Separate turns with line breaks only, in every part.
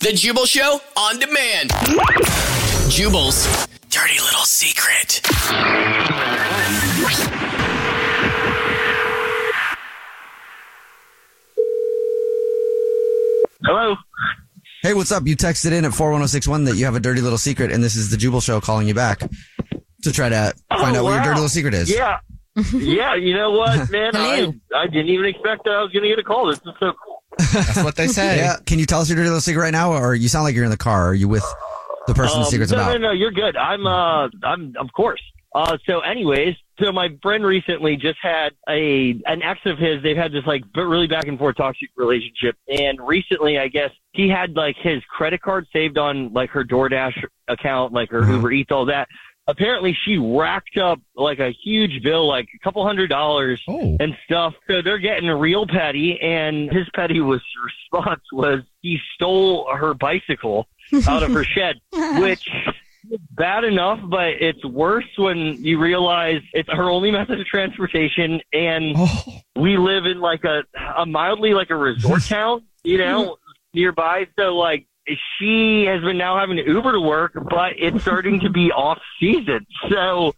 The Jubal Show on demand. Jubal's dirty little secret.
Hello.
Hey, what's up? You texted in at 41061 that you have a dirty little secret, and this is the Jubal Show calling you back to try to find
Oh,
out what your
wow.
dirty little secret is.
Yeah. yeah, you know what, man?
Hello.
I, I didn't even expect that I was going to get a call. This is so cool.
That's what they say.
Yeah. Can you tell us your dirty little secret right now, or you sound like you're in the car? Are you with the person
Um,
the secret's
no,
about?
no, no, you're good. I'm, uh, I'm, of course. Uh, so, anyways, so my friend recently just had a an ex of his. They've had this like b- really back and forth toxic relationship, and recently, I guess he had like his credit card saved on like her DoorDash account, like her
Mhm.
Uber Eats, all that. Apparently, she racked up like a huge bill, like a couple hundred dollars
Oh.
and stuff. So they're getting real petty, and his petty was response was he stole her bicycle out of her shed, which is bad enough, but it's worse when you realize it's her only method of transportation, and
Oh.
we live in like a, a mildly like a resort town, you know, nearby. So like. She has been now having to Uber to work, but it's starting to be off season. So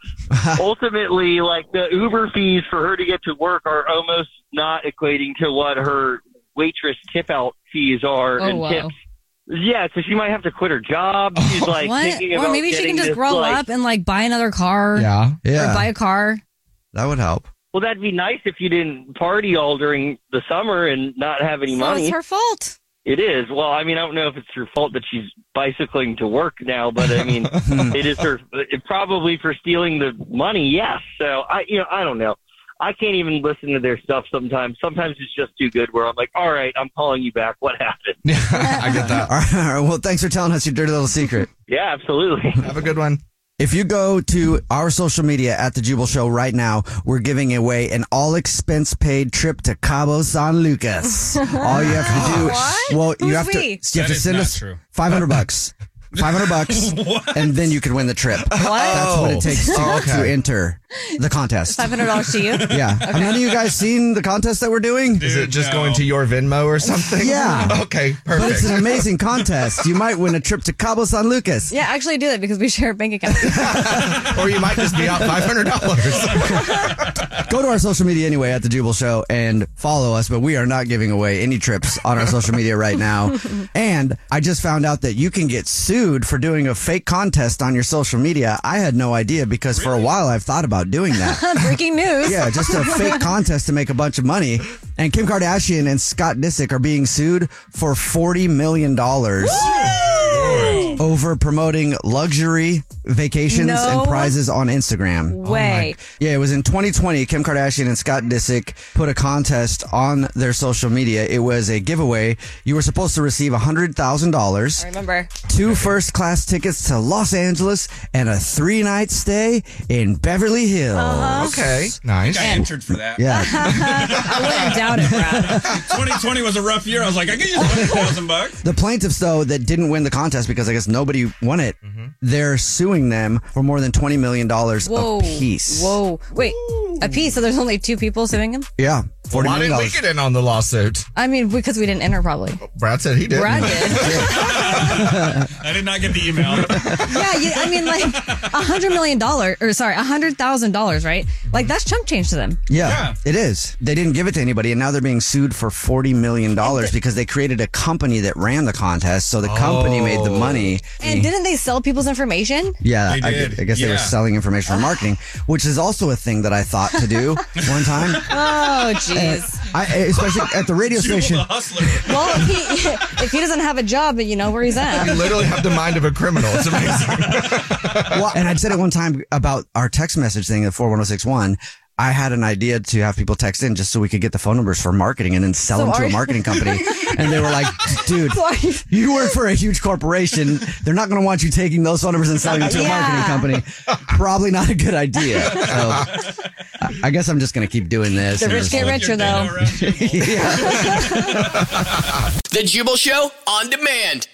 ultimately, like the Uber fees for her to get to work are almost not equating to what her waitress tip out fees are
Oh,
and
wow.
tips. Yeah, so she might have to quit her job. She's like
what?
thinking about
Or maybe she
getting
can just
this,
grow
like-
up and like buy another car
Oh. Yeah.
or buy
yeah.
a car.
That would help.
Well, that'd be nice if you didn't party all during the summer and not have any
So
money.
it's her fault.
It is. Well, I mean, I don't know if it's her fault that she's bicycling to work now, but I mean, it is her it, probably for stealing the money. Yes. So I, you know, I don't know. I can't even listen to their stuff sometimes. Sometimes it's just too good. Where I'm like, all right, I'm calling you back. What happened?
Yeah. I get
All
that.
right, all right. Well, thanks for telling us your dirty little secret.
Yeah, absolutely.
Have a good one.
If you go to our social media at the Jubal Show right now, we're giving away an all expense paid trip to Cabo San Lucas. all you have to do,
What?
well, you
Who's
have to,
we?
you have to send us five hundred bucks, five hundred bucks, and then you can win the trip. That's what it takes to, to enter the contest.
Five hundred dollars to you.
Yeah, have none of you guys seen the contest that we're doing?
Is it just
no.
going to your Venmo or something?
Yeah.
Okay,
But it's
perfect.
an amazing contest. You might win a trip to Cabo San Lucas.
Yeah, actually do that because we share a bank account.
or you might just be out $500.
Go to our social media anyway at the Jubal Show and follow us, but we are not giving away any trips on our social media right now. And I just found out that you can get sued for doing a fake contest on your social media. I had no idea because for a while I've thought about doing that.
Breaking news.
yeah, just a fake contest to make a bunch of money. And Kim Kardashian and Scott Disick are being sued for $40 million over promoting luxury vacations
No.
and prizes on Instagram.
Way.
Yeah, it was in 2020. Kim Kardashian and Scott Disick put a contest on their social media. It was a giveaway. You were supposed to receive $100,000,
I remember.
two first class tickets to Los Angeles, and a three night stay in Beverly Hills.
okay, nice.
I entered for that.
Yeah.
I wouldn't doubt it, Brad.
2020 was a rough year. I was like, I can use 100,000 bucks.
The plaintiffs, though, that didn't win the contest because I guess nobody won it, they're suing them for more than $20 million
Whoa.
apiece.
Whoa. Wait. A piece. So there's only two people suing him.
Yeah. $40
Why
million.
didn't we get in on the lawsuit?
I mean, because we didn't enter, probably.
Brad said he did.
Brad did.
I did not get the email.
yeah. You, I mean, like a hundred million dollar, or sorry, a hundred thousand dollars, right? Like that's chump change to them.
Yeah,
Yeah.
it is. They didn't give it to anybody, and now they're being sued for forty million dollars because they created a company that ran the contest. So the company made the money.
And didn't they sell people's information?
yeah,
They
I,
did,
I guess they were
yeah.
selling information for marketing, which is also a thing that I thought to do one time.
Oh, jeez.
I, especially at the radio
Jubal
station.
the hustler.
Well, if he if he doesn't have a job, but you know where he's
You
at.
literally have the mind of a criminal. It's amazing.
well, and I said it one time about our text message thing at 41061. I had an idea to have people text in just so we could get the phone numbers for marketing and then sell
So
them to
are
a
you-
marketing company. and they were like, dude,
So are you-
you work for a huge corporation. They're not going to want you taking those phone numbers and selling it to
Yeah.
a marketing company. Probably not a good idea. So I, I guess I'm just going to keep doing this.
The
and
rich
just-
get richer, though.
Around Jubal.
The Jubal Show on demand.